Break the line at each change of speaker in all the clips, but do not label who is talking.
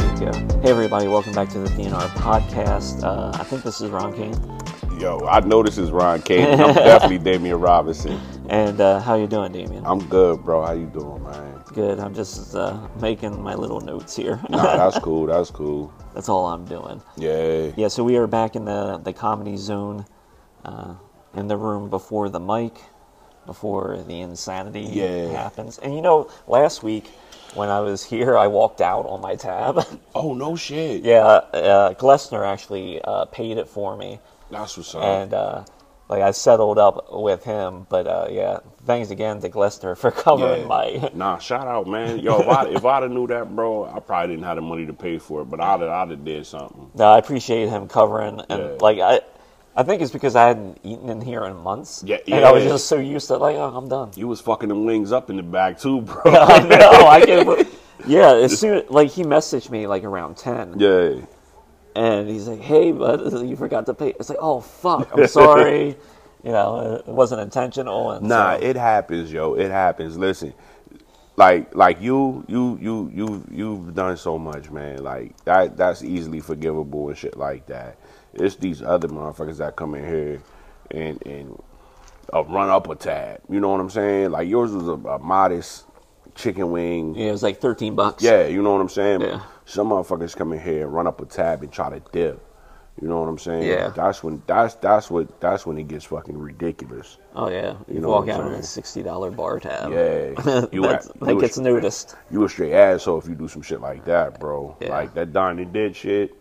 Hey, everybody, welcome back to the DNR podcast. Uh, I think this is Ron King.
Yo, I know this is Ron Kane. I'm definitely Damian Robinson.
And uh, how you doing, Damien?
I'm good, bro. How you doing, man?
Good. I'm just uh, making my little notes here.
Nah, that's cool. That's cool.
That's all I'm doing.
Yeah.
Yeah, so we are back in the, the comedy zone, uh, in the room before the mic, before the insanity
Yeah.
happens. And you know, last week when I was here, I walked out on my tab.
Oh no shit.
yeah, uh, Glessner actually uh, paid it for me.
That's what's up.
and uh, like I settled up with him. But uh, yeah, thanks again to Glessner for covering
Yeah.
my.
Nah, shout out, man. Yo, if I if I'd have knew that, bro, I probably didn't have the money to pay for it, but I'd have, I'd have did something.
No, I appreciate him covering, and
Yeah.
like I, I think it's because I hadn't eaten in here in months.
Yeah,
and I was
yeah.
just so used to like, oh, I'm done.
You was fucking them wings up in the back too, bro.
I know. I can't. bel- Yeah, as soon like he messaged me like around ten,
yeah.
and he's like, "Hey, bud, you forgot to pay." It's like, "Oh fuck, I'm sorry." you know, it wasn't intentional. And
Nah,
so-
it happens, yo. It happens. Listen, like like you you you you you've done so much, man. Like that that's easily forgivable and shit like that. It's these other motherfuckers that come in here and and uh, run up a tab. You know what I'm saying? Like yours was a, a modest chicken wing.
yeah, it was like thirteen bucks.
Yeah, you know what I'm saying?
Yeah.
Some motherfuckers come in here, run up a tab and try to dip. You know what I'm saying?
Yeah.
That's when that's that's what that's when it gets fucking ridiculous.
Oh yeah, you,
know
walk
what
out
I'm
on a
saying?
sixty dollar bar tab.
Yeah. You
That's,
at-
that
you
gets
at-
noticed.
you a straight asshole if you do some shit like that, bro.
Yeah.
Like that Don and Dead shit.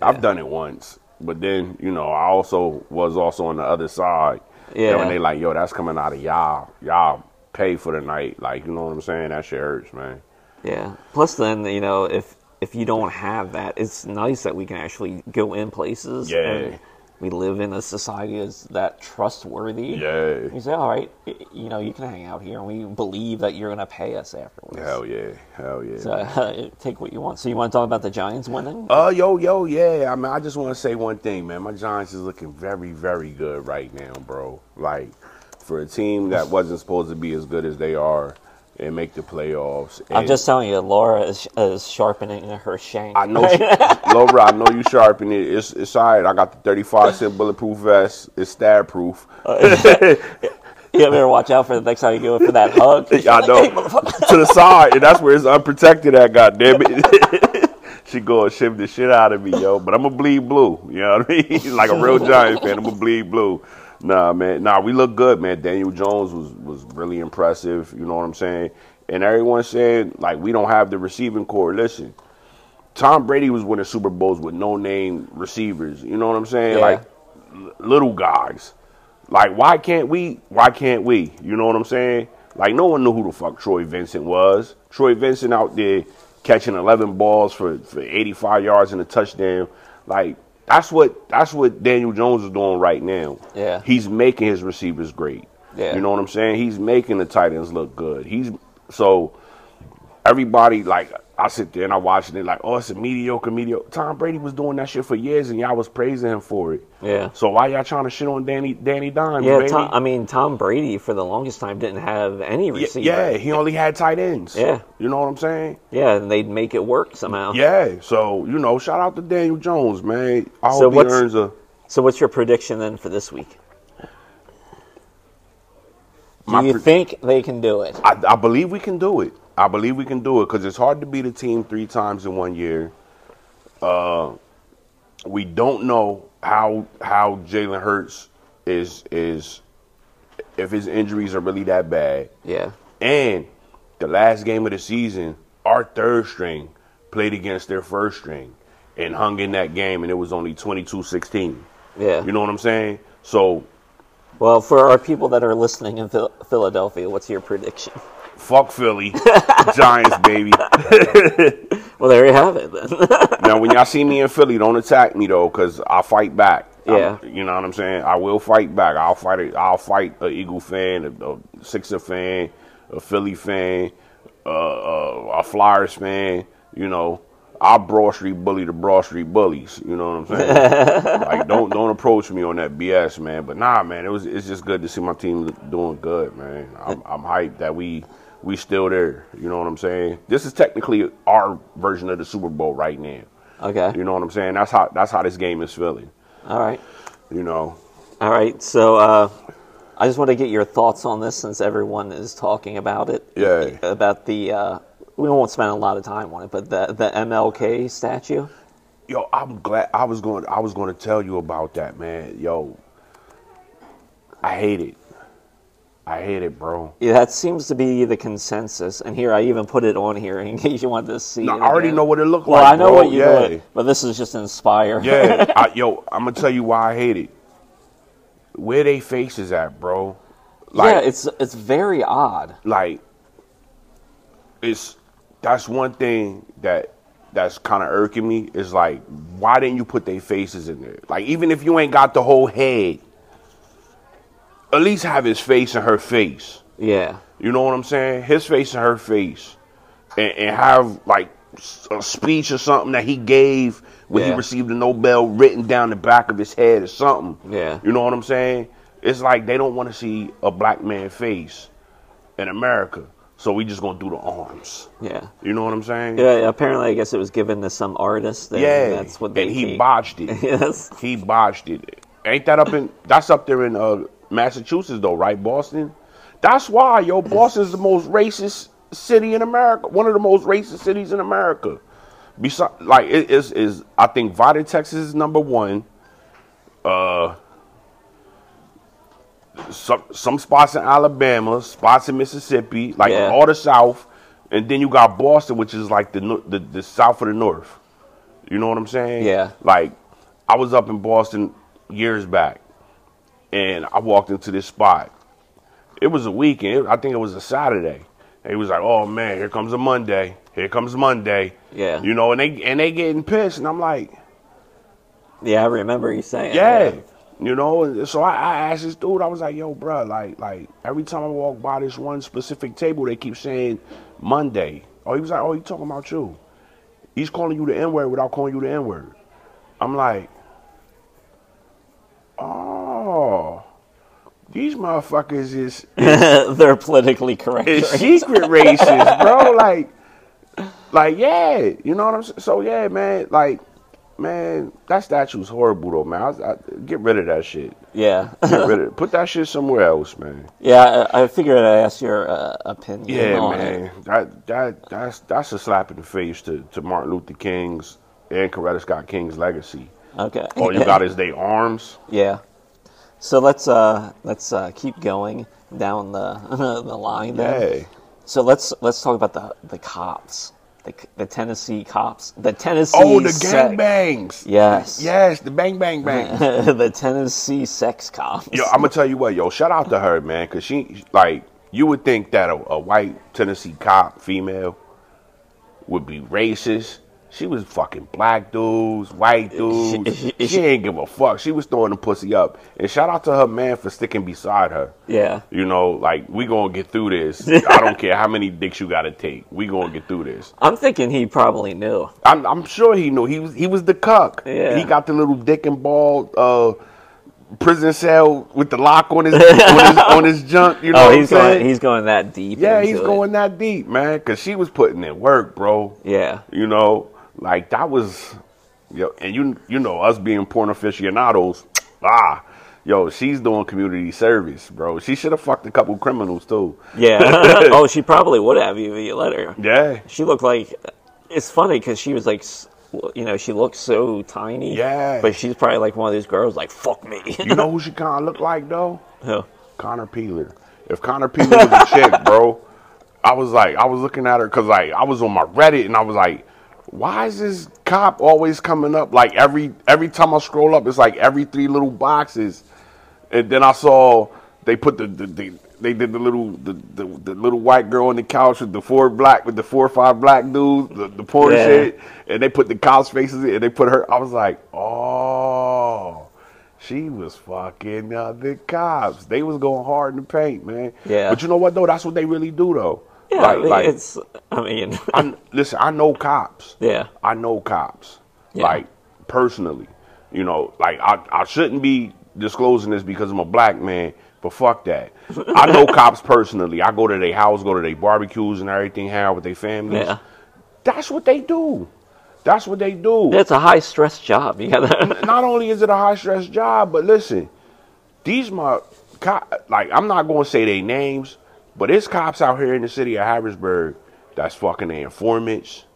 I've done it once, but then you know I also was also on the other side.
Yeah.
And when they like, yo, that's coming out of y'all. Y'all pay for the night. Like you know what I'm saying? That shit hurts, man.
Yeah. Plus, then you know if if you don't have that, it's nice that we can actually go in places.
Yeah.
and we live in a society that's that trustworthy.
Yeah.
You say, all right, y- you know, you can hang out here, and we believe that you're going to pay us afterwards.
Hell yeah. Hell yeah.
So, take what you want. So you want to talk about the Giants winning?
Uh, yo, yo, yeah. I mean, I just want to say one thing, man. My Giants is looking very, very good right now, bro. Like, for a team that wasn't supposed to be as good as they are and make the playoffs.
I'm
and-
just telling you, Laura is, is sharpening her shank.
I know, Laura. I know you sharpen it. It's it's all right. I got the thirty five cent bulletproof vest. It's stab proof.
Yeah, better watch out for the next time you go for that hug.
I know to the side, and that's where it's unprotected. At goddamn it, she gonna ship the shit out of me, yo. But I'm gonna bleed blue. You know what I mean? like a real Giant fan, I'm gonna bleed blue. Nah, man. Nah, we look good, man. Daniel Jones was was really impressive. You know what I'm saying? And everyone said like we don't have the receiving core. Listen. Tom Brady was winning Super Bowls with no name receivers. You know what I'm saying?
Yeah.
Like l- little guys. Like why can't we? Why can't we? You know what I'm saying? Like no one knew who the fuck Troy Vincent was. Troy Vincent out there catching 11 balls for, for 85 yards and a touchdown. Like that's what that's what Daniel Jones is doing right now.
Yeah.
he's making his receivers great.
Yeah.
you know what I'm saying? He's making the tight ends look good. He's so everybody like I sit there and I watch it and like, oh, it's a mediocre, mediocre. Tom Brady was doing that shit for years and y'all was praising him for it.
Yeah.
So why y'all trying to shit on Danny Danny Dimes,
Yeah,
baby?
Tom, I mean Tom Brady for the longest time didn't have any
Y-
receiver.
yeah, he only had tight ends.
Yeah.
You know what I'm saying?
Yeah, and they'd make it work somehow.
Yeah. So, you know, shout out to Daniel Jones, man. I
So
hope he
what's-
earns a
So what's your prediction then for this week? Do
My
you
pre-
think they can do it?
I, I believe we can do it. I believe we can do it because it's hard to beat a team three times in one year. Uh, we don't know how how Jalen Hurts is is if his injuries are really that bad.
Yeah.
And the last game of the season, our third string played against their first string and hung in that game, and it was only 22-16.
Yeah.
You know what I'm saying? So
Well, for our people that are listening in Phil- Philadelphia, what's your prediction?
fuck Philly, Giants baby.
Well, there you have it then.
now, when y'all see me in Philly, don't attack me though, cause I fight back. I'm-
Yeah.
you know what I'm saying. I will fight back. I'll fight. A, I'll fight a Eagle fan, a, a Sixer fan, a Philly fan, uh, uh, a Flyers fan. You know, I Broad Street bully the Broad Street bullies. You know what I'm saying? like, don't don't approach me on that BS, man. But nah, man, it was it's just good to see my team doing good, man. I'm, I'm hyped that we we still there. You know what I'm saying? This is technically our version of the Super Bowl right now.
Okay.
You know what I'm saying? That's how that's how this game is feeling.
All right.
You know,
All right. So uh, I just want to get your thoughts on this since everyone is talking about it.
Yeah.
About the. Uh, we won't spend a lot of time on it, but the the MLK statue.
yo, I'm glad I was going. I was going to tell you about that, man. Yo, I hate it. I hate it, bro.
Yeah, that seems to be the consensus. And here I even put it on here in case you want to see.
No,
it
I already
again.
know what it looked
Well,
like.
I know
bro.
what you
yeah.
did, but this is just inspire.
Yeah, I, yo, I'm gonna tell you why I hate it. Where they faces at, bro? Like,
yeah, it's it's very odd.
like it's that's one thing that that's kind of irking me is like why didn't you put their faces in there like even if you ain't got the whole head at least have his face and her face
Yeah.
you know what i'm saying his face and her face and, and have like s- a speech or something that he gave when he
Yeah.
received the nobel written down the back of his head or something
Yeah.
you know what i'm saying it's like they don't want to see a black man face in America. So we just gonna do the arms.
Yeah.
You know what I'm saying?
Yeah, apparently, I guess it was given to some artist. And
Yeah.
that's what they.
and he
think.
botched it.
yes.
He botched it. Ain't that up in? That's up there in uh, Massachusetts though, right? Boston. That's why yo, Boston's the most racist city in America. One of the most racist cities in America. Besides, like it is is I think Vida, Texas is number one. Uh, some some spots in Alabama, spots in Mississippi, like
Yeah.
all the South, and then you got Boston, which is like the nor- the, the South of the North. You know what I'm saying?
Yeah.
Like I was up in Boston years back, and I walked into this spot. It was a weekend. It- I think it was a Saturday. And he was like, "Oh man, here comes a Monday. Here comes Monday."
Yeah.
You know, and they and they getting pissed, and I'm like.
Yeah, I remember you saying.
Yeah.
that.
You know, and so I, I asked this dude, I was like, yo, bro, like, like every time I walk by this one specific table, they keep saying Monday. Oh, he was like, oh, he talking about you. He's calling you the N word without calling you the N word. I'm like, oh, these motherfuckers is,
They're politically correct.
is
right?
secret racist, bro. Like, like, yeah, you know what I'm saying? So, yeah, man, like, man, that statue's horrible, though, man. I, I, get rid of that shit.
Yeah.
Get rid of it. Put that shit somewhere else, man.
yeah, I, I figured I'd ask your uh, opinion.
Yeah,
on
man.
It.
That that that's that's a slap in the face to, to Martin Luther King's and Coretta Scott King's legacy.
Okay.
All Oh, you got is they arms.
Yeah. So let's uh let's uh keep going down the the line there.
Hey.
So let's let's talk about the the cops. The, the Tennessee cops. The Tennessee
Oh, the
sex-
gang bangs.
Yes.
Yes, the bang bang bang.
the Tennessee sex cops.
yo, I'm gonna tell you what, yo. Shout out to her, man, because she like you would think that a, a white Tennessee cop female would be racist. She was fucking black dudes, white dudes.
she-
She, ain't give a fuck. She was throwing the pussy up. And shout out to her man for sticking beside her.
yeah.
You know, like we gonna get through this. I don't care how many dicks you gotta take. We gonna get through this.
I'm thinking he probably knew.
I'm, I'm sure he knew. He was he was the cuck.
Yeah.
He got the little dick and ball uh, prison cell with the lock on his on his, on his junk. You know
Oh,
what
he's
I'm saying?
going he's going that deep.
yeah,
into
he's
it.
going that deep, man. Cause she was putting in work, bro.
Yeah.
You know, like that was yo, and you you know us being porn aficionados, ah, yo, she's doing community service, bro. She should have fucked a couple criminals too.
Yeah. oh, she probably would have if you let her.
Yeah.
She looked like. It's funny because she was like, s- you know, she looked so tiny.
Yeah.
But she's probably like one of these girls, like fuck me.
You know who she kind of looked like though?
know.
Connor Peeler. If Connor Peeler was a chick, bro, I was like, I was looking at her because like I was on my Reddit and I was like, why is this cop always coming up? Like every every time I scroll up, it's like every three little boxes. And then I saw they put the, the, the they did the little the, the, the little white girl on the couch with the four black with the four or five black dudes, the, the porn
Yeah.
shit, and they put the cops' faces in and they put her I was like, Oh, she was fucking uh, the cops. They was going hard in the paint, man.
Yeah.
But you know what though? That's what they really do though.
Yeah,
like,
I mean,
like
it's. I mean,
I listen. I know cops.
yeah,
I know cops.
Yeah.
Like personally, you know, like I I shouldn't be disclosing this because I'm a black man. But fuck that. I know cops personally. I go to their house, go to their barbecues and everything, hang out with their families.
Yeah.
That's what they do. That's what they do.
It's a high stress job. You gotta.
not only is it a high stress job, but listen, these my co- like I'm not gonna say their names, but it's cops out here in the city of Harrisburg that's fucking their informants,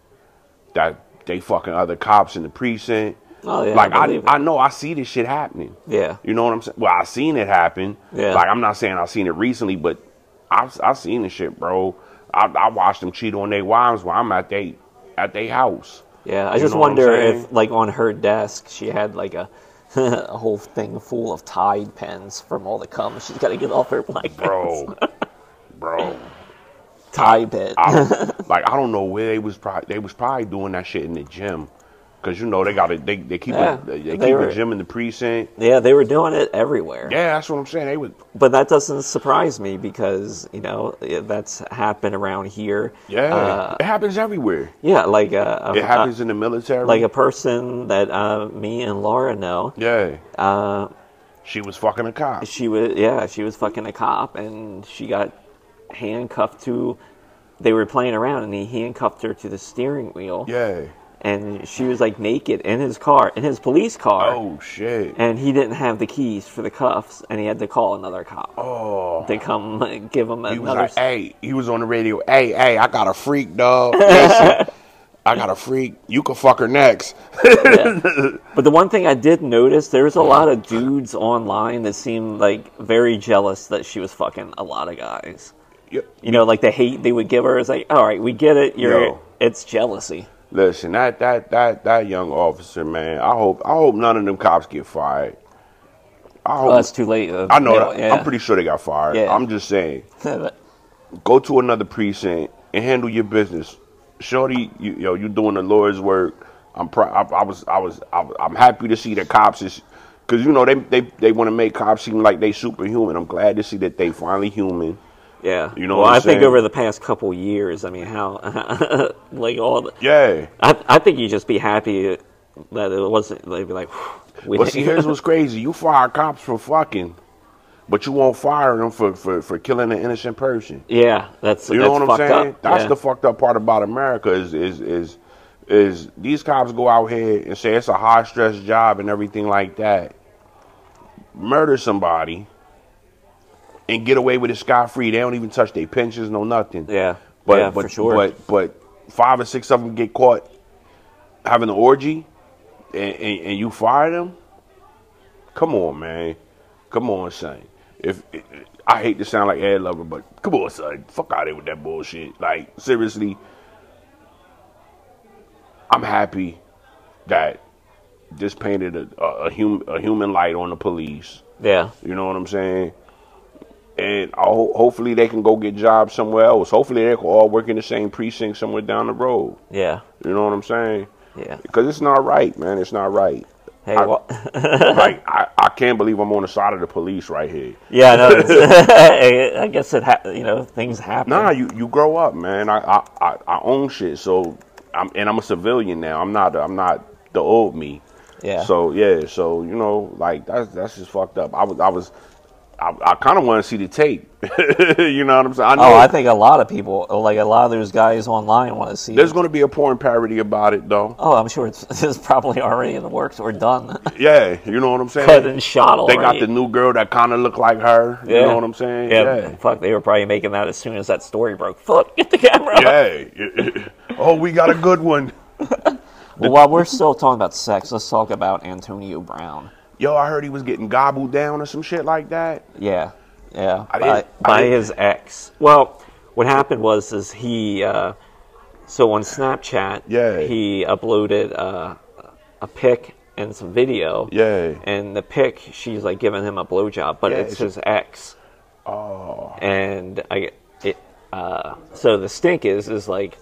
that they fucking other cops in the precinct.
Oh, yeah, I
like I,
believe it.
I know I see this shit happening.
Yeah.
You know what I'm saying? Well, I seen it happen.
Yeah.
Like I'm not saying I seen it recently, but I've I seen this shit, bro. I, I watched them cheat on their wives while I'm at they at their house.
Yeah, I just
know what I'm
wonder
saying?
if, like, on her desk, she had like a, a whole thing full of Tide pens from all the cum. She's got to get off her black
Bro. bro.
Tide pen.
I, like I don't know where they was probably they was probably doing that shit in the gym, cause you know they got it. They they keep
Yeah,
a, they,
they
keep
were-
a gym in the precinct.
yeah, they were doing it everywhere.
Yeah, that's what I'm saying. They was
But that doesn't surprise me because you know yeah, that's happened around here.
yeah.
Uh,
it happens everywhere.
yeah, like uh,
It
uh,
happens in the military.
like a person that uh, me and Laura know.
yeah,
Uh,
she was fucking a cop.
she was yeah she was fucking a cop and she got handcuffed to they were playing around and he handcuffed her to the steering wheel
Yeah.
and she was like naked in his car in his police car
Oh shit.
and he didn't have the keys for the cuffs and he had to call another cop
Oh.
to come like, give him
He was
another
like, hey, he was on the radio. Hey, hey, I got a freak, dog. Listen, I got a freak. You can fuck her next.
But the one thing I did notice, there's a lot of dudes online that seemed like very jealous that she was fucking a lot of guys.
Yeah.
You know, like the hate they would give her is like, all right, we get it. You're,
Yo.
it's jealousy.
Listen, that that that that young officer, man. I hope I hope none of them cops get fired. I hope.
Well, that's Oh, too late.
Oh. I know.
Yeah,
that.
yeah.
I'm pretty sure they got fired.
Yeah.
I'm just saying,
But-
go to another precinct and handle your business. Shorty, you, yo, you doing the Lord's work. I'm pr- I, I was I was I, was- I'm happy to see the cops is because you know they they they want to make cops seem like they superhuman. I'm glad to see that they finally human.
yeah.
You know
Well,
what I'm
I think
saying?
over the past couple years, I mean, how like all. The,
Yeah.
I I think you just be happy that it wasn't. They'd be like, "Whew, we
But see,
didn't-"
here's what's crazy: you fire cops for fucking, but you won't fire them for for, for killing an innocent person.
yeah, that's
You
that's
know what I'm
fucked
saying?
up.
That's
yeah.
the fucked up part about America is is is is these cops go out here and say it's a high stress job and everything like that, murder somebody, and get away with it scot free. They don't even touch their pensions, no nothing.
yeah,
But
yeah,
but
for sure.
but but five or six of them get caught having an orgy, and, and, and you fire them. Come on, man. Come on, son. If I hate to sound like Ed Lover, but come on, son. Fuck out of here with that bullshit. Like seriously, I'm happy that this painted a, a, a human a human light on the police.
yeah,
You know what I'm saying? And I ho- hopefully they can go get jobs somewhere else. Hopefully they can all work in the same precinct somewhere down the road.
yeah,
You know what I'm saying?
yeah.
Because it's not right, man. It's not right.
Hey,
I-
well,
like I, I can't believe I'm on the side of the police right here.
yeah, no, it's, I guess it. Ha- you know, things happen.
Nah, you, you grow up, man. I, I, I, I own shit. So I'm and I'm a civilian now. I'm not I'm not the old me.
yeah,
So yeah, so you know, like that's that's just fucked up. I was I was I, I kind of want to see the tape. you know what I'm saying? I know
Oh, I think a lot of people, like a lot of those guys online, want to see.
there's
it.
going to be a porn parody about it though.
Oh, I'm sure it's, it's probably already in the works or done.
Yeah, you know what I'm saying.
Cut and shot
they
already.
got the new girl that kind of looked like her. You know what I'm saying?
Yeah. Fuck, they were probably making that as soon as that story broke. Fuck, get the camera. up.
Yeah. Yeah. oh, we got a good one.
Well, while we're still talking about sex, let's talk about Antonio Brown.
Yo, I heard he was getting gobbled down or some shit like that.
Yeah, yeah.
I
by
didn't- I
by
didn't-
his ex. Well, what happened was is he uh, so on Snapchat.
Yeah.
He uploaded uh, a pic and some video.
Yeah.
And the pic, she's like giving him a blowjob, but
Yeah,
it's
it's-
his ex. Oh. And I it uh, so the stink is is like,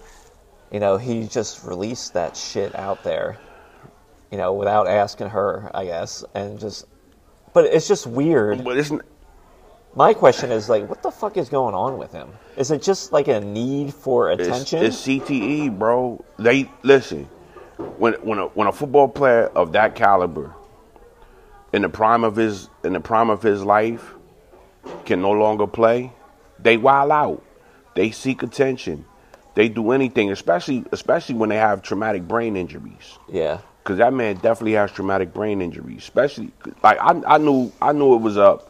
you know, he just released that shit out there. You know, without asking her, I guess, and just, but it's just weird.
But it's n-
My question is like, what the fuck is going on with him? Is it just like a need for
it's,
attention?
it's CTE, bro. They listen when when a, when a football player of that caliber in the prime of his in the prime of his life can no longer play, they wild out. They seek attention. They do anything, especially especially when they have traumatic brain injuries.
Yeah.
Cause that man definitely has traumatic brain injuries. Especially like I, I knew I knew it was up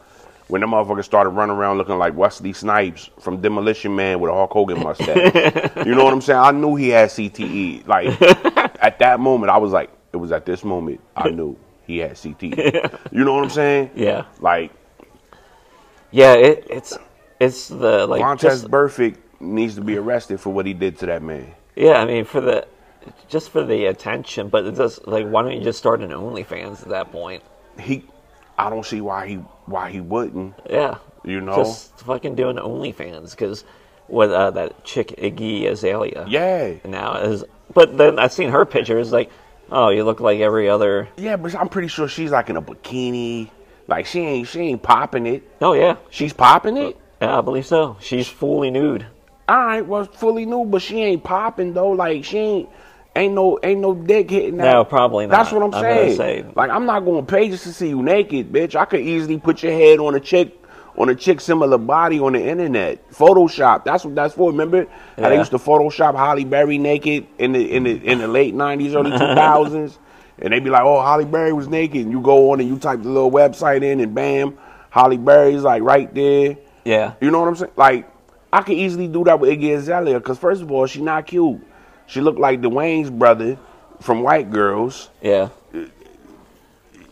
when them motherfuckers started running around looking like Wesley Snipes from Demolition Man with a Hulk Hogan mustache. you know what I'm saying? I knew he had CTE. Like at that moment, I was like, it was at this moment I knew he had CTE. you know what I'm saying?
Yeah.
Like
Yeah, it, it's it's the like
Montez
just-
Burfict needs to be arrested for what he did to that man.
yeah, I mean for the just for the attention, but it does like why don't you just start an OnlyFans at that point?
He, I don't see why he why he wouldn't.
Yeah.
You know?
Just fucking doing OnlyFans because with uh, that chick Iggy Azalea.
Yeah,
Now is but then I've seen her pictures like, oh, you look like every other.
yeah, but I'm pretty sure she's like in a bikini. Like she ain't she ain't popping it.
Oh yeah,
She's popping it.
yeah, I believe so. She's fully nude.
All right, well, fully new, but she ain't popping though. Like she ain't ain't no ain't no dick hitting. that.
No, probably not.
That's what I'm,
I'm gonna
saying.
say-
Like I'm not going to pay just to see you naked, bitch. I could easily put your head on a chick on a chick similar body on the internet. Photoshop. That's what that's for. Remember how they
Yeah.
used to Photoshop Holly Berry naked in the in the in the late '90s, early 2000s, and they'd be like, "Oh, Holly Berry was naked." And you go on and you type the little website in, and bam, Holly Berry's like right there.
Yeah.
You know what I'm saying? Like, I could easily do that with Iggy Azalea because first of all, she not cute. She looked like Dwayne's brother from White Girls
Yeah.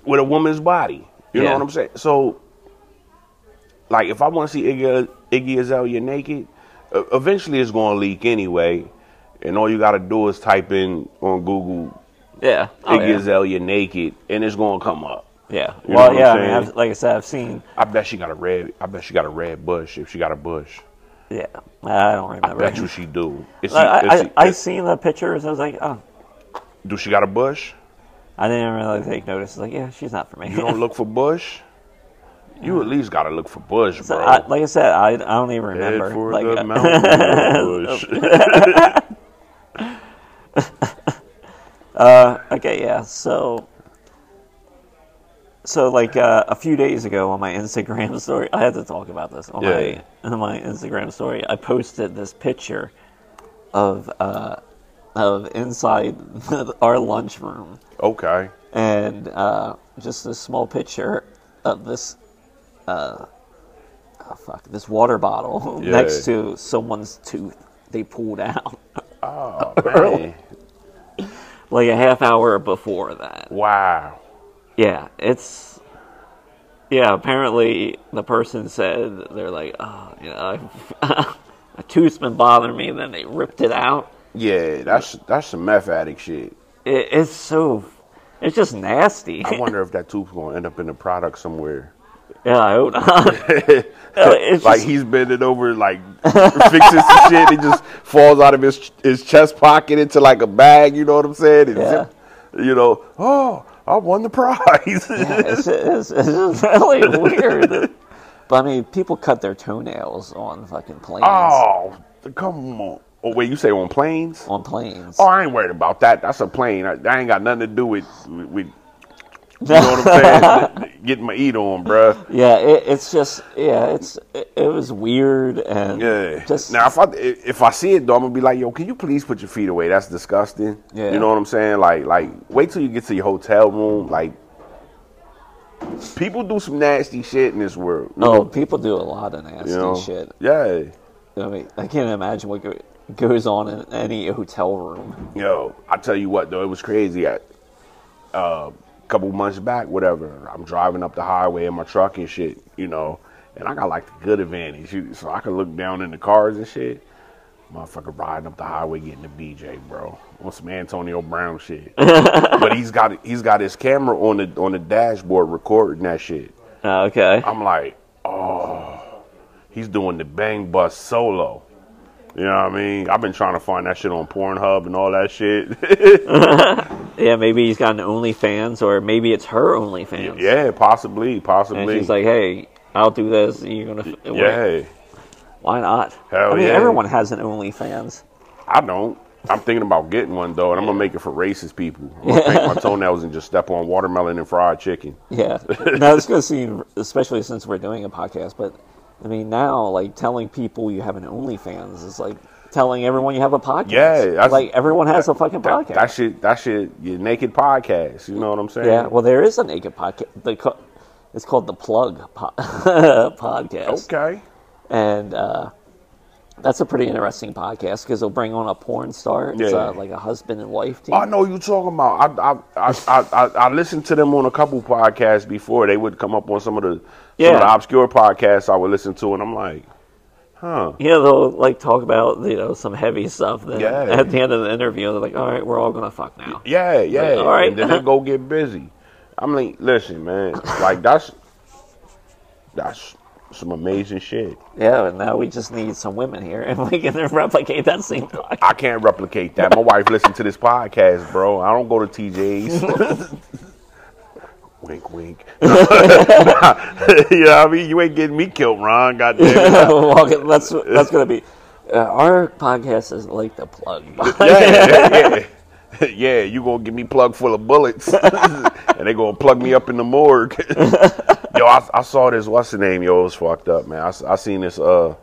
with a woman's body. You know
Yeah.
what I'm saying? So, like, if I want to see Iggy, Iggy Azalea naked, e- eventually it's gonna leak anyway. And all you gotta do is type in on Google
Yeah. Oh,
Iggy
yeah.
Azalea naked, and it's gonna come up.
Yeah.
You know
well,
what
yeah.
I'm
I mean,
saying?
I've, like I said, I've seen.
I bet she got a red. I bet she got a red bush if she got a bush.
Yeah. I don't remember.
Bet you she do. Is
I, I,
is
I, I
is-
seen the pictures. I was like, oh,
do she got a bush?
I didn't really take notice. Like, yeah, she's not for me.
You don't look for Bush. You at least gotta look for Bush,
So,
bro.
I, like I said, I, I don't even
Head
remember.
for
like,
the
uh,
mountain, Bush.
okay, yeah. So, so like uh, a few days ago on my Instagram story, I had to talk about this on
Yeah.
my on my Instagram story. I posted this picture of uh, of inside our lunchroom.
okay.
and uh, just a small picture of this, uh, oh fuck, this water bottle
Yeah.
next to someone's tooth they pulled out
Oh man!
like a half hour before that.
Wow.
Yeah, it's yeah. Apparently, the person said they're like, oh, you know, my tooth's been bothering me, and then they ripped it out.
Yeah, that's that's some meth addict shit.
It, it's so, it's just nasty.
I wonder if that tooth's gonna end up in a product somewhere.
yeah, I hope not. it's
like
just-
he's bending over, like fixing some shit. It just falls out of his his chest pocket into like a bag. You know what I'm saying? And
Yeah.
zip- you know, oh, I won the prize.
it's, it's, it's just really weird. But I mean, people cut their toenails on fucking planes.
oh, come on. Oh wait, you say on planes?
On planes.
Oh, I ain't worried about that. That's a plane. I, I ain't got nothing to do with with. with you know what I'm saying? Getting my eat on, bruh.
Yeah, it, it's just yeah, it's it, it was weird and
Yeah.
just
now, if I if I see it though, I'm gonna be like, yo, can you please put your feet away? That's disgusting.
Yeah.
You know what I'm saying? Like, like, wait till you get to your hotel room. Like, people do some nasty shit in this world. You
oh, people do a lot of nasty
know?
shit.
Yeah.
I mean, I can't imagine what go, goes on in any hotel room.
Yo, I tell you what though, it was crazy. A uh, couple months back, whatever. I'm driving up the highway in my truck and shit, you know, and I got like the good advantage, you- so I can look down in the cars and shit. Motherfucker riding up the highway getting the BJ, bro. On some Antonio Brown shit. but he's got he's got his camera on the on the dashboard recording that shit.
Oh, okay.
I'm like, oh, he's doing the bang bus solo. You know what I mean? I've been trying to find that shit on Pornhub and all that shit.
Yeah, maybe he's got an OnlyFans, or maybe it's her OnlyFans.
yeah, possibly,
And
possibly.
she's like, hey, I'll do this. You're gonna. f-
yeah,
Why not?
Hell
I mean,
yeah.
everyone has an OnlyFans.
I don't. I'm thinking about getting one though, and I'm gonna make it for racist people. I'm gonna paint my toenails and just step on watermelon and fried chicken.
Yeah, no, it's going to seem, especially since we're doing a podcast, but I mean, now like telling people you have an OnlyFans is like telling everyone you have a podcast.
Yeah, that's-
like everyone has a fucking
That,
podcast.
that shit, that shit, your naked podcast. You know what I'm saying?
yeah, well, there is a naked podcast. They ca- it's called the Plug po- podcast,
Okay.
and uh, that's a pretty interesting podcast because they'll bring on a porn star. It's
Yeah. Oh,
uh, like a husband and wife team.
I know you talking about. I I, I, I I I listened to them on a couple podcasts before. They would come up on some of the some of
Yeah.
the obscure podcasts I would listen to, and I'm like, huh?
Yeah, they'll like talk about you know some heavy stuff. Then
Yeah.
at the end of the interview, they're like, "All right, we're all gonna fuck now."
Yeah, yeah.
all right.
And then they go get busy. I'm like, listen, man, like that's that's some amazing shit.
Yeah, and now we just need some women here, and we can replicate that same podcast.
I can't replicate that. My wife listened to this podcast, bro. I don't go to TJ's. wink, wink. you know what I mean? You ain't getting me killed, Ron. God damn it.
Walking- that's that's gonna be uh, our podcast is like the plug.
Yeah, yeah. yeah, you gonna give me plug full of bullets, and they gonna plug me up in the morgue. yo, I, I saw this. What's the name? Yo, it was fucked up, man. I, s- I seen this. Uh,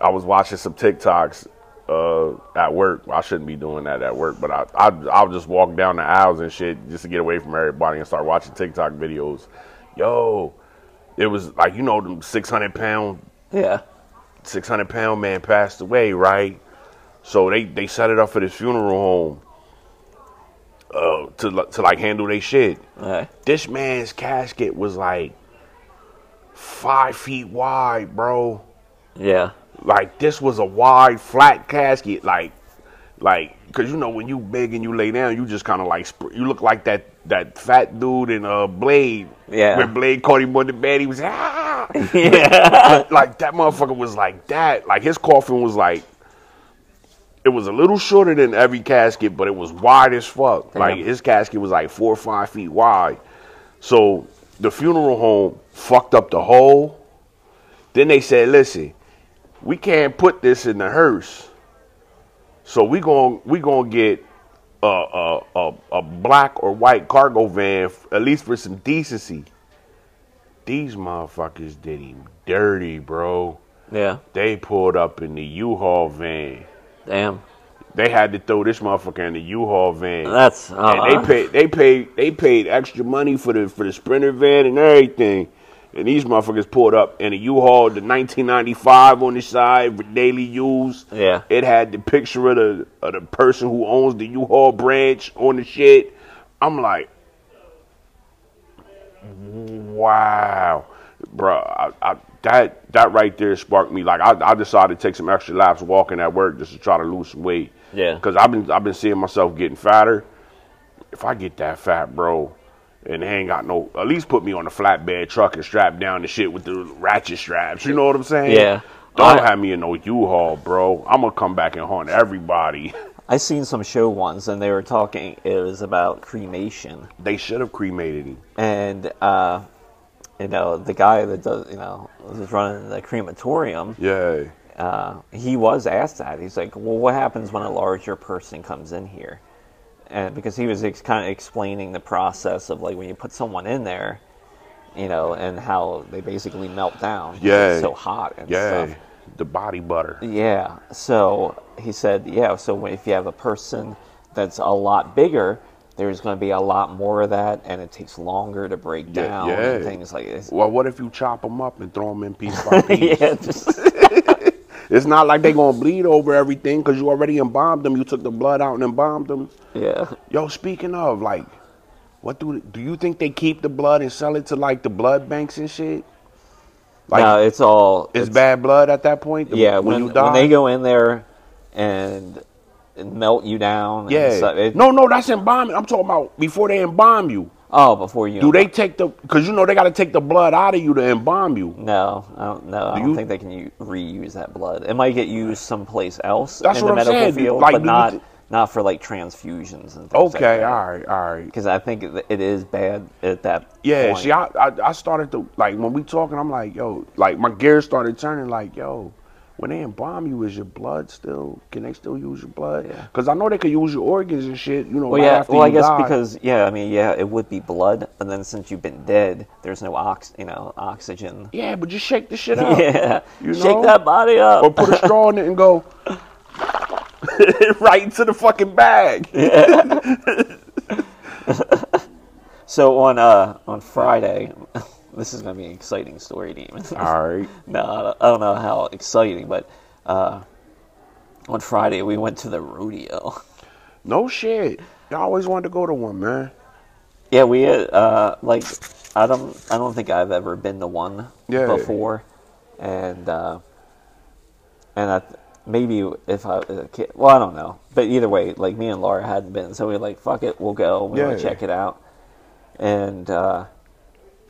I was watching some TikToks uh, at work. I shouldn't be doing that at work, but I, I I'll just walk down the aisles and shit just to get away from everybody and start watching TikTok videos. Yo, it was like you know them six hundred pound
yeah,
six hundred pound man passed away, right? So they they set it up for this funeral home uh, to li- to like handle their shit.
Alright.
This man's casket was like five feet wide, bro.
yeah,
Like this was a wide, flat casket, like like because you know when you big and you lay down, you just kind of like sp- you look like that that fat dude in uh, Blade.
Yeah.
when Blade caught him on the bed, he was ah
yeah,
like that motherfucker was like that. Like his coffin was like it was a little shorter than every casket, but it was wide as fuck. Like
Damn.
his casket was like four or five feet wide. So the funeral home fucked up the hole. Then they said, listen, we can't put this in the hearse. So we gon' we gonna get a a, a a black or white cargo van f- at least for some decency. These motherfuckers did him dirty, bro.
yeah.
They pulled up in the U-Haul van.
Damn,
They had to throw this motherfucker in the U-Haul van.
that's
and
uh,
they paid they paid they paid extra money for the for the sprinter van and everything. And these motherfuckers pulled up in a U-Haul, the 1995 on the side for daily use.
Yeah.
it had the picture of the of the person who owns the U-Haul branch on the shit. I'm like, wow, bro, I, I, that that right there sparked me. Like I, I decided to take some extra laps walking at work just to try to lose some weight.
Yeah.
because I've been I've been seeing myself getting fatter. If I get that fat, bro, and they ain't got no, at least put me on a flatbed truck and strap down the shit with the ratchet straps. You know what I'm saying?
Yeah.
Don't
I-
have me in no U-Haul, bro. I'm gonna come back and haunt everybody.
I seen some show once, and they were talking. It was about cremation,
They should have cremated him.
and uh, you know the guy that does you know was running the crematorium.
Yeah.
uh, he was asked that. He's like, "Well, what happens when a larger person comes in here?" And because he was ex- kind of explaining the process of like when you put someone in there, you know, and how they basically melt down. 'cause
Yeah.
it's so hot and
Yeah.
stuff.
The body butter.
Yeah. So he said, "Yeah, so when- if you have a person that's a lot bigger." There's going to be a lot more of that, and it takes longer to break
Yeah,
down
yeah.
and things like this.
Well, what if you chop them up and throw them in piece by piece?
yeah, just,
It's not like they gonna bleed over everything because you already embalmed them. You took the blood out and embalmed them.
yeah.
Yo, speaking of, like, what do do you think they keep the blood and sell it to like the blood banks and shit? Like,
no, it's all
it's, bad blood at that point. The-
Yeah, when,
you die.
when they go in there and and melt you down. and
yeah.
stuff, it-
no, no, that's embalming. I'm talking about before they embalm you.
Oh, before you.
Do they take the? Because you know they gotta take the blood out of you to embalm you.
No, I don't. No, I don't
you-
think they can u- reuse that blood. It might get used someplace else
That's
in
what
the
I'm
medical
saying, dude.
field,
Like,
but
do you
not
thi-
not for like transfusions and things.
Okay, all right, all right.
Because I think it it is bad at that.
Yeah,
point.
see, I, I I started to like when we talking. I'm like, yo, like my gears started turning. Like, yo, when they embalm you, is your blood still? Can they still use your blood?
Yeah.
Because I know they could use your organs and shit. You know,
Well,
right
yeah.
after
Well, I
you
guess
die.
because yeah, I mean, yeah, it would be blood, but then since you've been dead, there's no ox, you know, oxygen.
yeah, but just shake the shit up.
Yeah,
You know?
shake that body up.
or put a straw in it and go right into the fucking bag.
So on uh on Friday, this is gonna be an exciting story, Demon.
All right.
no, I don't, I don't know how exciting, but uh, on Friday we went to the rodeo.
No shit. I always wanted to go to one, man.
yeah, we uh, uh like I don't I don't think I've ever been to one
Yeah.
before, and uh, and I maybe if I was a kid, well I don't know, but either way, like me and Laura hadn't been, so we were like fuck it, we'll go, we
Yeah.
want to check it out, and. uh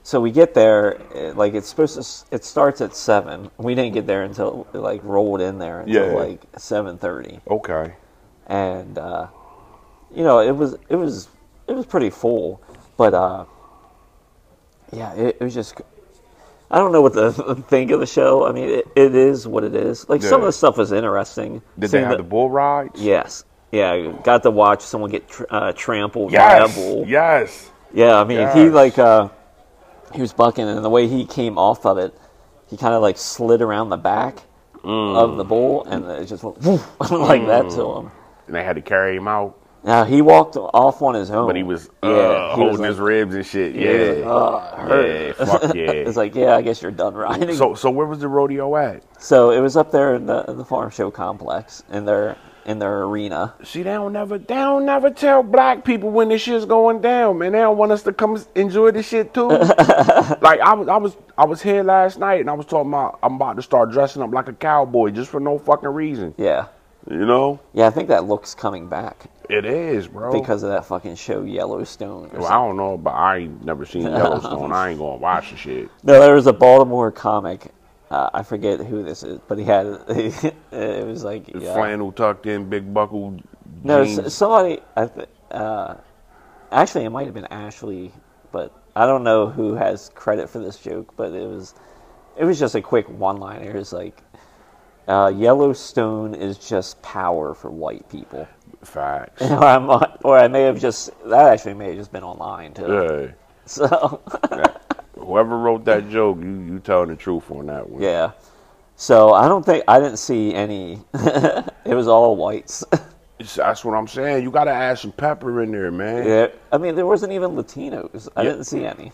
so we get there, eh, like it's supposed to. s- It starts at seven. We didn't get there until it, like rolled in there until
Yeah.
like seven thirty,
Okay.
and uh, you know it was it was it was pretty full, but uh, yeah, it, it was just. I don't know what to think of the show. I mean, it, it is what it is. Like some of
Yeah.
the stuff was interesting.
Did
Seeing
they have the, bull rides?
Yes. Yeah, I got to watch someone get tr- uh, trampled
Yes.
by a bull.
Yes.
Yeah, I mean, he
Yes.
like uh, he was bucking, and the way he came off of it, he kind of like slid around the back
Mm.
of the bull, and it just went woof, like that to him.
And they had to carry him out,
Now he walked off on his own,
but he was uh,
yeah, he
holding
was like-
his ribs and shit.
he was
Yeah. uh,
like, "Ugh, hurt."
yeah. Fuck yeah.
It's like, yeah, I guess you're done riding. So,
so so where was the rodeo at?
it was up there in the, in the farm show complex in their in their arena.
See, they don't never they don't never tell black people when this shit's going down, man. They don't want us to come s- enjoy this shit too. like I was I was I was here last night and I was talking about I'm about to start dressing up like a cowboy just for no fucking reason.
Yeah,
You know?
yeah, I think that looks coming back
It is, bro.
because of that fucking show Yellowstone. Or
Well, I don't know, but I ain't never seen Yellowstone. I ain't gonna watch the shit.
No, there was a Baltimore comic. Uh, I forget who this is, but he had it was like yeah.
Flannel tucked in, big buckle.
no
jeans.
s- somebody. I th- uh, actually, it might have been Ashley, but I don't know who has credit for this joke. But it was it was just a quick one liner. It's like uh, Yellowstone is just power for white people,
facts.
or, I'm, or I may have just that actually may have just been online too.
Yeah.
So.
Whoever wrote that joke, you you telling the truth on that one.
Yeah. So I don't think I didn't see any. it was all whites.
It's- That's what I'm saying. You gotta add some pepper in there, man.
There- I mean, there wasn't even Latinos. I
Yeah.
didn't see any.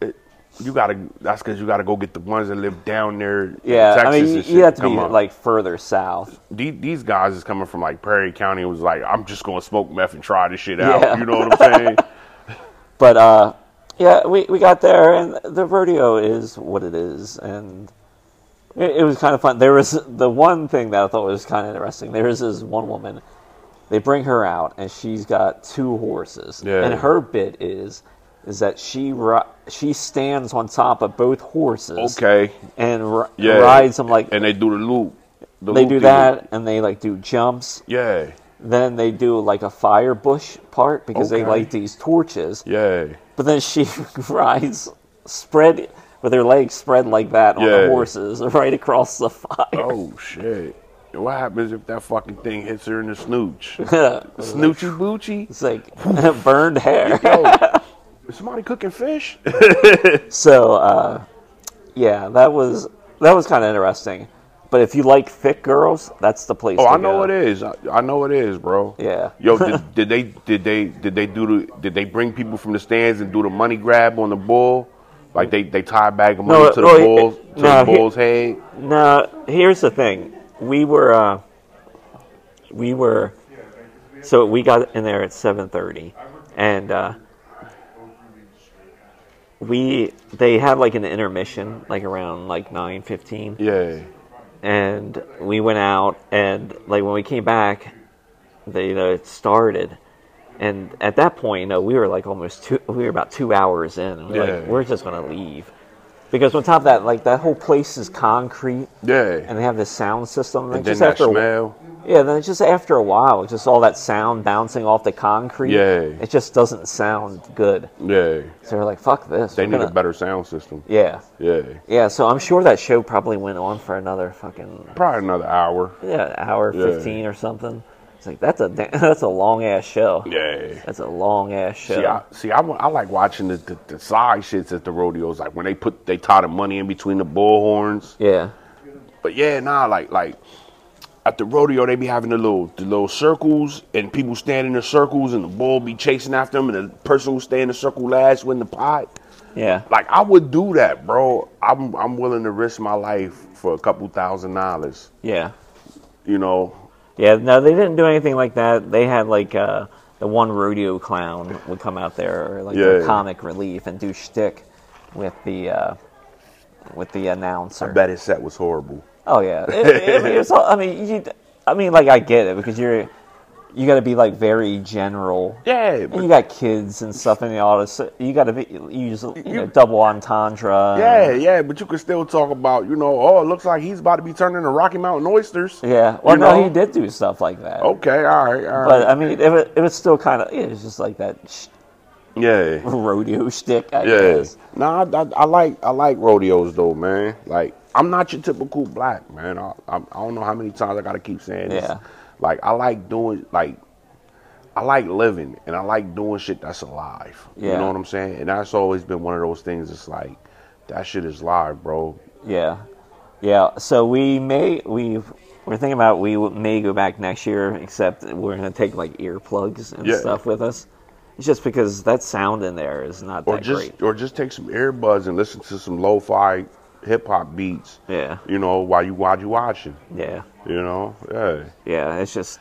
You gotta. That's because you gotta go get the ones that live down there. in
Yeah,
Texas
I mean,
and
you,
shit
you have to be
come up.
like further south.
The- these guys is coming from like Prairie County. It was like I'm just gonna smoke meth and try this shit out.
Yeah.
You know what I'm saying?
But uh, yeah, we we got there, and the rodeo is what it is, and it, it was kind of fun. There was the one thing that I thought was kind of interesting. There is this one woman. They bring her out, and she's got two horses,
Yeah.
and her bit is is that she ri- she stands on top of both horses,
okay.
and ri-
Yeah.
rides them like
And they do the loop. The
they
loop
do
thing.
that, and they like do jumps.
Yeah.
Then they do like a fire bush part because they
Okay.
light these torches.
Yeah.
But then she rides spread with her legs spread like that on
Yeah.
the horses right across the fire.
Oh shit! What happens if that fucking thing hits her in the snooch?
it's
Snoochie boochie.
like burned hair.
Yo, Oh. is somebody cooking fish?
So uh, yeah, that was that was kind of interesting. But if you like thick girls, that's the place.
oh,
to
I know
go.
it is. I, I know it is, bro.
Yeah.
Yo, did, did they did they did they do the did they bring people from the stands and do the money grab on the bull? Like they they tie a bag of money
No,
to the
well, it-
bull's to
no,
the
he-
bull's head.
Now, here's the thing. We were, uh, we were, so we got in there at 7.30, and, uh, we, they had, like, an intermission, like, around, like, 9.15,
Yeah.
and we went out, and, like, when we came back, they, you know, it started, and at that point, you know, we were, like, almost two, we were about two hours in, and we were
Yeah.
like, we're just gonna leave. Because on top of that, like, that whole place is concrete
Yeah.
and they have this sound system. Like
then
just
that
after
smell.
Yeah, then it's just after a while, just all that sound bouncing off the concrete.
Yeah.
It just doesn't sound good.
Yeah.
So they're like, fuck this.
They
we're
need a
gonna-
better sound system.
Yeah.
Yeah.
Yeah, so I'm sure that show probably went on for another fucking
Probably another hour.
yeah, hour
Yeah.
15 or something. It's like, that's a da- that's a long ass show.
Yeah.
That's a long ass show.
See, I, see, I, wa- I like watching the, the, the side shits at the rodeos, like when they put they tie the money in between the bullhorns.
yeah.
But yeah, nah, like like at the rodeo they be having the little the little circles and people stand in the circles and the bull be chasing after them and the person who stay in the circle last win the pot.
Yeah.
Like I would do that, bro. I'm I'm willing to risk my life for a couple thousand dollars.
Yeah.
You know,
Yeah, no, they didn't do anything like that. They had like uh, the one rodeo clown would come out there, or like the
Yeah.
comic relief, and do shtick with the uh, with the
I
announcer.
bet his set was horrible.
Oh yeah, It- it- I mean, it's all, I mean, you, I mean, like I get it because you're you got to be like very general.
Yeah, but
And you got kids and stuff in the audience. So you got to be you use you know, double entendre.
yeah,
and-
yeah, but you could still talk about, you know, oh, it looks like he's about to be turning to Rocky Mountain oysters.
yeah. Or
You
no,
know? Oh.
he did do stuff like that.
Okay, all right, all
But
right.
I mean, it, wa- it was still kind of it was just like that sh-
yeah.
rodeo shtick. I
Yeah.
guess.
Nah, I, I, I like I like rodeos though, man. Like I'm not your typical black man. I I, I don't know how many times I gotta keep saying this.
Yeah.
Like I like doing like I like living and I like doing shit that's alive. You
Yeah.
know what I'm saying? And that's always been one of those things. It's like that shit is live, bro.
Yeah, yeah. So we may we we're thinking about we w- may go back next year, except we're gonna take like earplugs and
Yeah.
stuff with us, just because that sound in there is not
Or
that
just
great.
or just take some earbuds and listen to some lo-fi hip hop beats.
Yeah,
You know while you while you watching.
yeah,
You know, yeah.
yeah. It's just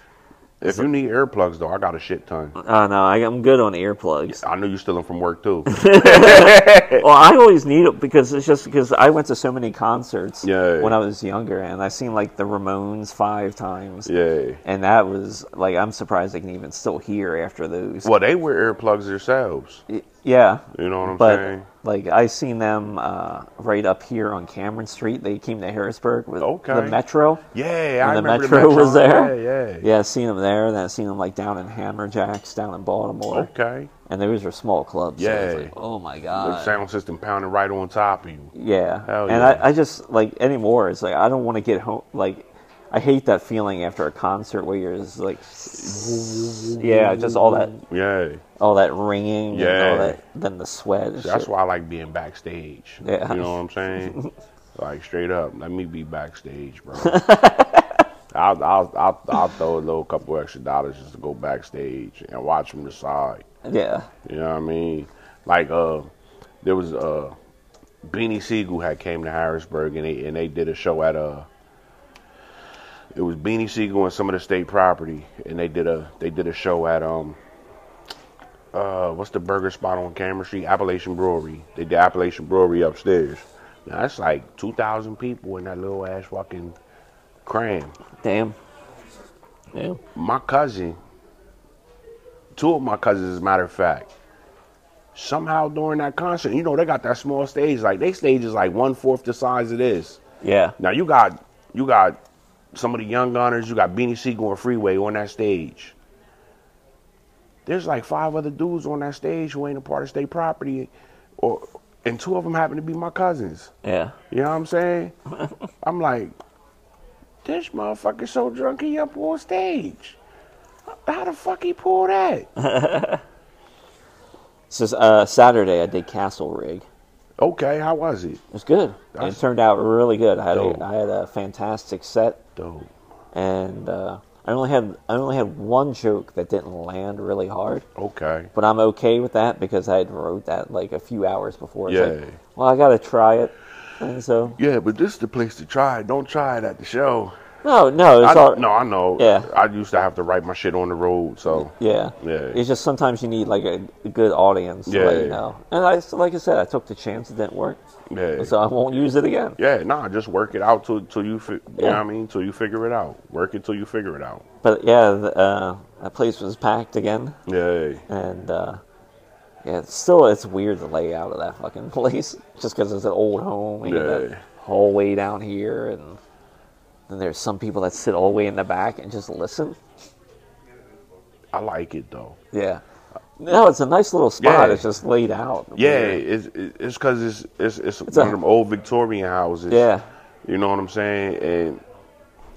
If you need earplugs though, I got a shit ton.
oh no, I, I'm good on earplugs.
I know you're stealing from work too.
Well, I always need it because it's just because I went to so many concerts
Yeah.
when I was younger, and I seen like the Ramones five times.
yeah.
And that was like I'm surprised they can even still hear after those.
Well, they wear earplugs themselves.
Y- Yeah.
You know what I'm
but
saying?
like I seen them uh, right up here on Cameron Street. They came to Harrisburg with
Okay.
the metro.
Yeah,
When
I
the
remember
metro, was there.
Yeah, yeah.
yeah. Seen them there. Then I seen them like down in Hammerjacks, down in Baltimore.
Okay.
And those are small clubs. So it's
Yeah.
like, oh my
The
god.
sound system pounding right on top of you.
Yeah.
Hell
and
yeah.
I, I just like anymore. It's like I don't want to get home. Like I hate that feeling after a concert where you're just like, yeah, just all that
Yeah.
all that ringing. And
Yeah.
all that, then the sweat. and
That's
shit.
why I like being backstage.
Yeah.
You know what I'm saying? like straight up, let me be backstage, bro. I'll, I'll, I'll, I'll throw a little couple extra dollars just to go backstage and watch from the side.
Yeah.
You know what I mean? Like uh there was uh Beanie Siegel had came to Harrisburg and they and they did a show at uh it was Beanie Siegel and some of the state property and they did a they did a show at um uh what's the burger spot on Camera Street? Appalachian Brewery. They did Appalachian Brewery upstairs. Now that's like two thousand people in that little ass fucking cram
Damn. Yeah.
my cousin, two of my cousins, as a matter of fact, somehow during that concert, you know, they got that small stage. Like they stage is like one fourth the size of this.
Yeah.
Now you got you got some of the young gunners, you got Beanie Siegel and Freeway on that stage. There's like five other dudes on that stage who ain't a part of state property, or and two of them happen to be my cousins.
Yeah.
You know what I'm saying? I'm like, this motherfucker so drunk he up on stage. How the fuck he pull that?
So uh, Saturday I did Castle Rig. It
okay, how was it?
was good.
That's-
it turned out really good. I had
Dope.
a, I had a fantastic set,
Dope.
and uh, I only had I only had one joke that didn't land really hard,
Okay.
but I'm okay with that because I had wrote that like a few hours before. It's
Yeah.
like, well, I gotta try it, and so
Yeah, but this is the place to try it. Don't try it at the show.
no, no,
I,
it's all
no, I know.
Yeah.
I used to have to write my shit on the road, so.
Yeah.
Yeah.
It's just sometimes you need like a, a good audience to let
Yeah.
you know. And I, so like I said, I took the chance. It didn't work.
Yeah.
So I won't use it again.
Yeah, nah, just work it out till, till you, fi- you know what
Yeah.
I mean? Till you figure it out. Work it till you figure it out.
But yeah, the, uh, that place was packed again,
Yeah.
and uh, yeah, it's still it's weird the layout of that fucking place, just because it's an old home. And you got
Yeah.
hallway down here and Then there's some people that sit all the way in the back and just listen.
I like it though.
Yeah. No, it's a nice little spot.
Yeah.
It's just laid out.
Yeah,
Weird.
it's it's because it's it's it's,
a-
one of them old Victorian houses.
Yeah.
you know what I'm saying. And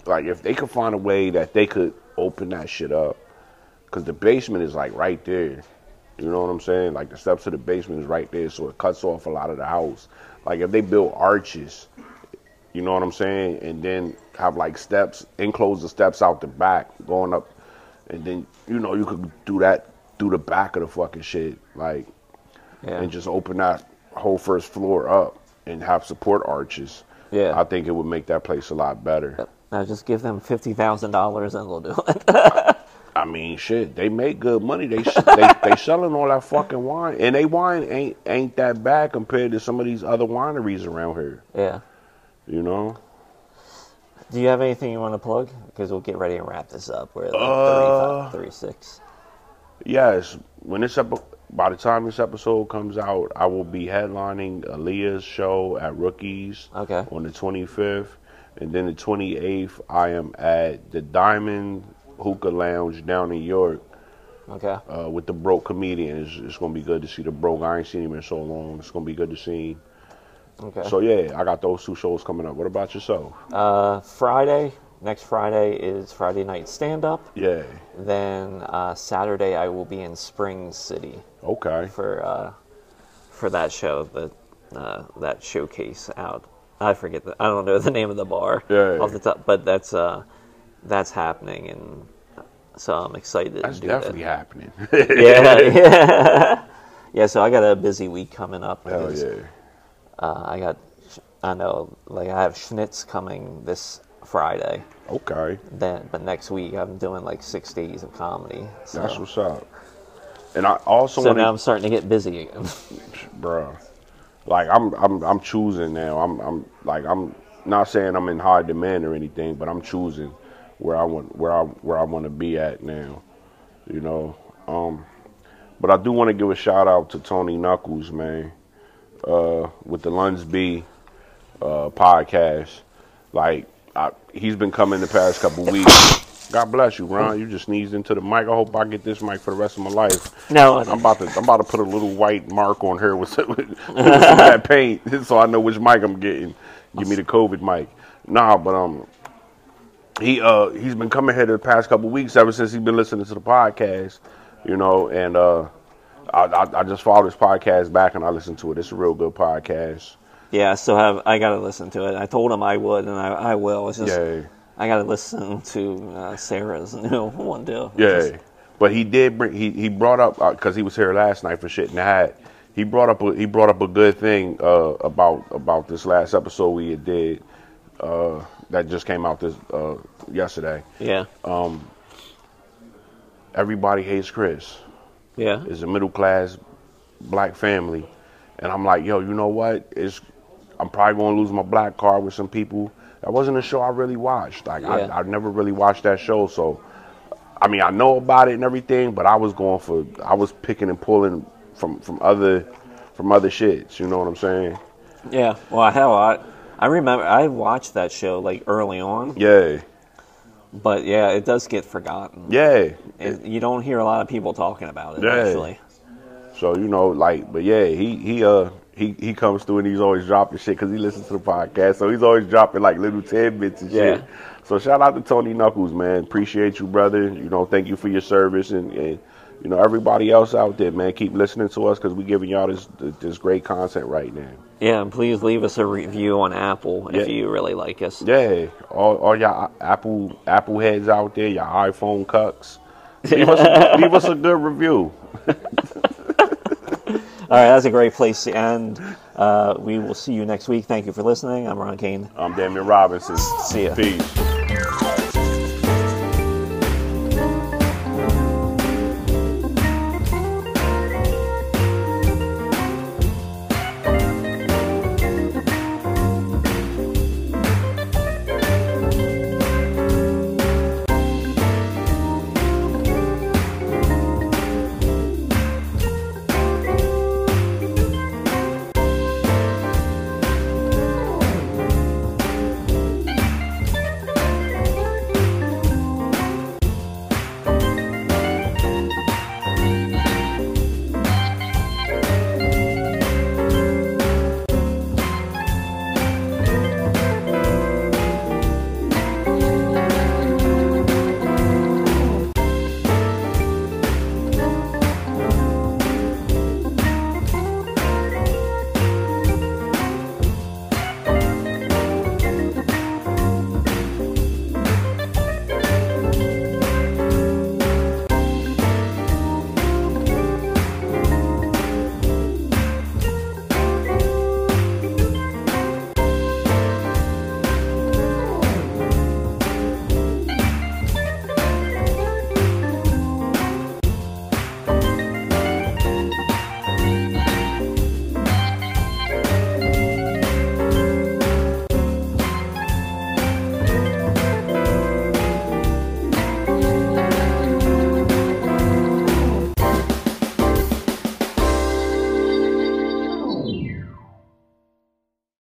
like, if they could find a way that they could open that shit up, because the basement is like right there. You know what I'm saying? Like the steps to the basement is right there, so it cuts off a lot of the house. Like if they build arches, you know what I'm saying, and then have like steps, enclose the steps out the back, going up, and then you know you could do that through the back of the fucking shit, like
Yeah.
and just open that whole first floor up and have support arches.
Yeah.
I think it would make that place a lot better.
now just give them fifty thousand dollars and they'll do it.
I mean, shit, they make good money. They s- they they selling all that fucking wine, and they wine ain't ain't that bad compared to some of these other wineries around here.
yeah.
You know.
Do you have anything you want to plug? Because we'll get ready and wrap this up. We're at like
Uh,
35, 36.
Yes, when this epi- by the time this episode comes out, I will be headlining Aaliyah's show at Rookies.
Okay.
On the 25th, and then the 28th, I am at the Diamond Hookah Lounge down in York.
Okay.
uh, with the broke comedian. It's, it's gonna be good to see the broke. I ain't seen him in so long. It's gonna be good to see him.
Okay.
uh, So yeah, I got those two shows coming up. What about yourself?
uh, Friday, next Friday is Friday night stand up.
Yeah.
Then uh, Saturday, I will be in Spring City
Okay.
for uh, for that show, the, uh, that showcase out. I forget the, I don't know the name of the bar
Yeah.
off the top, but that's uh, that's happening, and so I'm excited
That's
to do that.
definitely happening.
yeah, yeah. yeah, so I got a busy week coming up.
Hell
because,
Oh, yeah.
Uh, I got, I know, like I have Schnitz coming this Friday.
Okay.
Then, but next week I'm doing like six days of comedy. So,
That's what's up. And I also
so
want
now I'm
to,
starting to get busy again.
bruh. Like I'm, I'm, I'm choosing now. I'm, I'm like I'm not saying I'm in high demand or anything, but I'm choosing where I want, where I, where I want to be at now. You know. Um, but I do want to give a shout out to Tony Knuckles, man. uh, with the Lunsby uh, podcast. Like I, he's been coming the past couple weeks. God bless you, Ron. You just sneezed into the mic. I hope I get this mic for the rest of my life.
No, I don't.
I'm about to I'm about to put a little white mark on her with some, with some of that paint, so I know which mic I'm getting. Give me the COVID mic. Nah, but um, he uh he's been coming here the past couple weeks ever since he's been listening to the podcast, you know, and uh I I, I just followed his podcast back and I listened to it. It's a real good podcast.
yeah, I still have. I gotta listen to it. I told him I would, and I, I will. It's just
Yay.
I gotta listen to uh, Sarah's new one too. It's
Yeah,
just-
but he did bring he he brought up because he was here last night for shit in the hat. He brought up a, he brought up a good thing uh, about about this last episode we had did uh, that just came out this uh, yesterday.
yeah,
Um, Everybody hates Chris.
yeah,
is a middle class black family. And I'm like, yo, you know what? It's I'm probably gonna lose my black card with some people. That wasn't a show I really watched. Like
Yeah.
I, I never really watched that show, so I mean I know about it and everything, but I was going for I was picking and pulling from from other from other shits, you know what I'm saying?
yeah. Well, hell, I I remember I watched that show like early on,
Yeah.
but yeah, it does get forgotten.
Yeah.
It, you don't hear a lot of people talking about it
Yeah.
actually.
So you know, like, but yeah, he he uh he he comes through and he's always dropping shit because he listens to the podcast, so he's always dropping like little tidbits and shit.
Yeah.
So shout out to Tony Knuckles, man. Appreciate you, brother. You know, thank you for your service and and you know everybody else out there, man. Keep listening to us because we giving y'all this this great content right now.
Yeah, and please leave us a review on Apple if
Yeah.
you really like us.
Yeah, all, all y'all uh, Apple Apple heads out there, your iPhone cucks, leave us a, leave us a good review.
All right, that's a great place to end. Uh, we will see you next week. Thank you for listening. I'm Ron Kane.
I'm Damian Robinson.
See ya.
Peace.